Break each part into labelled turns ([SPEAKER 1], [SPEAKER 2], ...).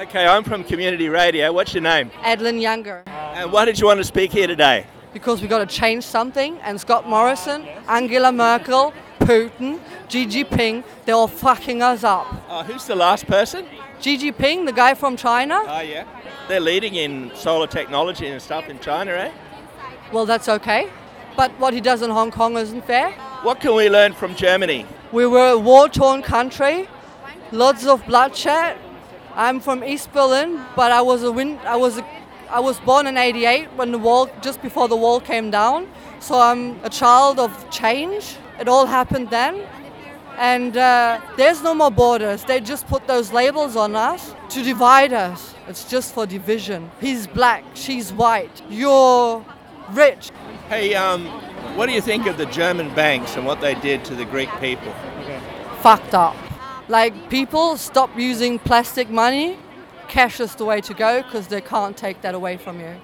[SPEAKER 1] Okay, I'm from Community Radio. What's your name?
[SPEAKER 2] Adlin Younger.
[SPEAKER 1] And why did you want to speak here today?
[SPEAKER 2] Because we got to change something, and Scott Morrison, Angela Merkel, Putin, Xi Jinping, they're all fucking us up.
[SPEAKER 1] Oh, who's the last person?
[SPEAKER 2] Xi Jinping, the guy from China,
[SPEAKER 1] Oh, yeah. They're leading in solar technology and stuff in China, eh?
[SPEAKER 2] well, that's okay. But what he does in Hong Kong isn't fair.
[SPEAKER 1] What can we learn from Germany?
[SPEAKER 2] We were a war torn country, lots of bloodshed. I'm from East Berlin, but I was a win- I was a, I was born in 88 when the wall just before the wall came down. So I'm a child of change. It all happened then. And uh, there's no more borders. They just put those labels on us to divide us. It's just for division. He's black, she's white. You're rich,
[SPEAKER 1] Hey, um, what do you think of the German banks and what they did to the Greek people?
[SPEAKER 2] fucked up. Like people stop using plastic money. Cash is the way to go because they can't take that away from you.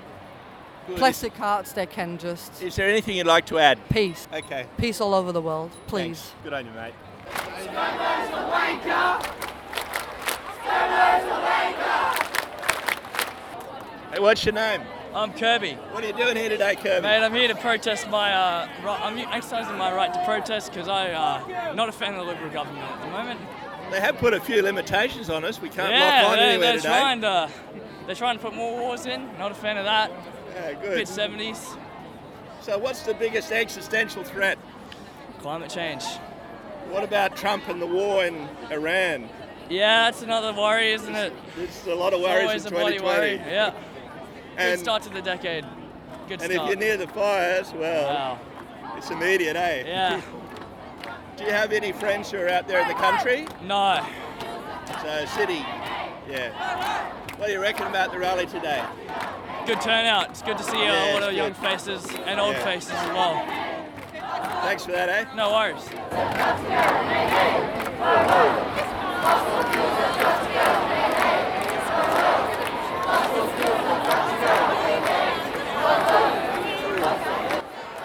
[SPEAKER 2] Plastic cards, they can just.
[SPEAKER 1] Is there anything you'd like to add?
[SPEAKER 2] Peace.
[SPEAKER 1] Okay.
[SPEAKER 2] Peace all over the world, please.
[SPEAKER 1] Thanks. Good on you, mate. Hey, what's your name?
[SPEAKER 3] I'm Kirby.
[SPEAKER 1] What are you doing here today, Kirby?
[SPEAKER 3] Mate, I'm here to protest my uh, right. I'm exercising my right to protest because I'm uh, not a fan of the Liberal government at the moment.
[SPEAKER 1] They have put a few limitations on us. We can't
[SPEAKER 3] yeah,
[SPEAKER 1] lock on
[SPEAKER 3] they,
[SPEAKER 1] anywhere
[SPEAKER 3] are
[SPEAKER 1] today.
[SPEAKER 3] trying to. They're trying to put more wars in. Not a fan of that.
[SPEAKER 1] Yeah,
[SPEAKER 3] Mid
[SPEAKER 1] good.
[SPEAKER 3] 70s.
[SPEAKER 1] So, what's the biggest existential threat?
[SPEAKER 3] Climate change.
[SPEAKER 1] What about Trump and the war in Iran?
[SPEAKER 3] Yeah, that's another worry, isn't it?
[SPEAKER 1] There's a lot of
[SPEAKER 3] It's
[SPEAKER 1] worries
[SPEAKER 3] always
[SPEAKER 1] in
[SPEAKER 3] a bloody
[SPEAKER 1] 2020.
[SPEAKER 3] worry. Yeah. Good
[SPEAKER 1] And,
[SPEAKER 3] start to the decade. Good
[SPEAKER 1] and if
[SPEAKER 3] start.
[SPEAKER 1] you're near the fires, well,
[SPEAKER 3] wow.
[SPEAKER 1] it's immediate, eh?
[SPEAKER 3] Yeah.
[SPEAKER 1] Do you have any friends who are out there in the country?
[SPEAKER 3] No.
[SPEAKER 1] So, city, yeah. What do you reckon about the rally today?
[SPEAKER 3] Good turnout. It's good to see uh,
[SPEAKER 1] Yeah,
[SPEAKER 3] a lot
[SPEAKER 1] it's
[SPEAKER 3] of young
[SPEAKER 1] good.
[SPEAKER 3] faces and old
[SPEAKER 1] Yeah.
[SPEAKER 3] faces as well.
[SPEAKER 1] Thanks for that, eh?
[SPEAKER 3] No worries.